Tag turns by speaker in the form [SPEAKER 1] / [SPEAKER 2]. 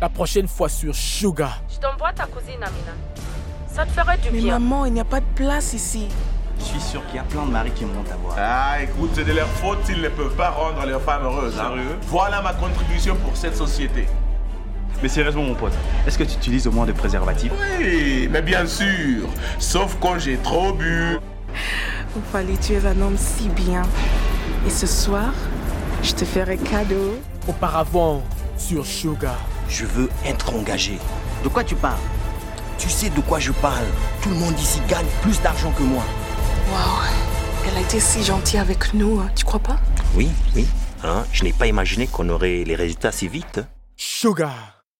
[SPEAKER 1] La prochaine fois sur Sugar.
[SPEAKER 2] Je t'envoie ta cousine, Amina. Ça te ferait du
[SPEAKER 3] Mais
[SPEAKER 2] bien.
[SPEAKER 3] maman, il n'y a pas de place ici.
[SPEAKER 4] Je suis sûr qu'il y a plein de maris qui me vont t'avoir.
[SPEAKER 5] Ah, écoute, c'est de leur faute s'ils ne peuvent pas rendre leurs femmes heureuses. hein.
[SPEAKER 4] Sérieux
[SPEAKER 5] Voilà ma contribution pour cette société.
[SPEAKER 4] Mais sérieusement, mon pote, est-ce que tu utilises au moins des préservatifs
[SPEAKER 5] Oui, mais bien sûr. Sauf quand j'ai trop bu.
[SPEAKER 3] Vous fallait tu es un homme si bien. Et ce soir, je te ferai cadeau.
[SPEAKER 1] Auparavant sur Sugar.
[SPEAKER 6] Je veux être engagé.
[SPEAKER 4] De quoi tu parles
[SPEAKER 6] Tu sais de quoi je parle. Tout le monde ici gagne plus d'argent que moi.
[SPEAKER 3] Waouh, elle a été si gentille avec nous, hein, tu crois pas
[SPEAKER 6] Oui, oui. Hein, je n'ai pas imaginé qu'on aurait les résultats si vite.
[SPEAKER 1] Sugar.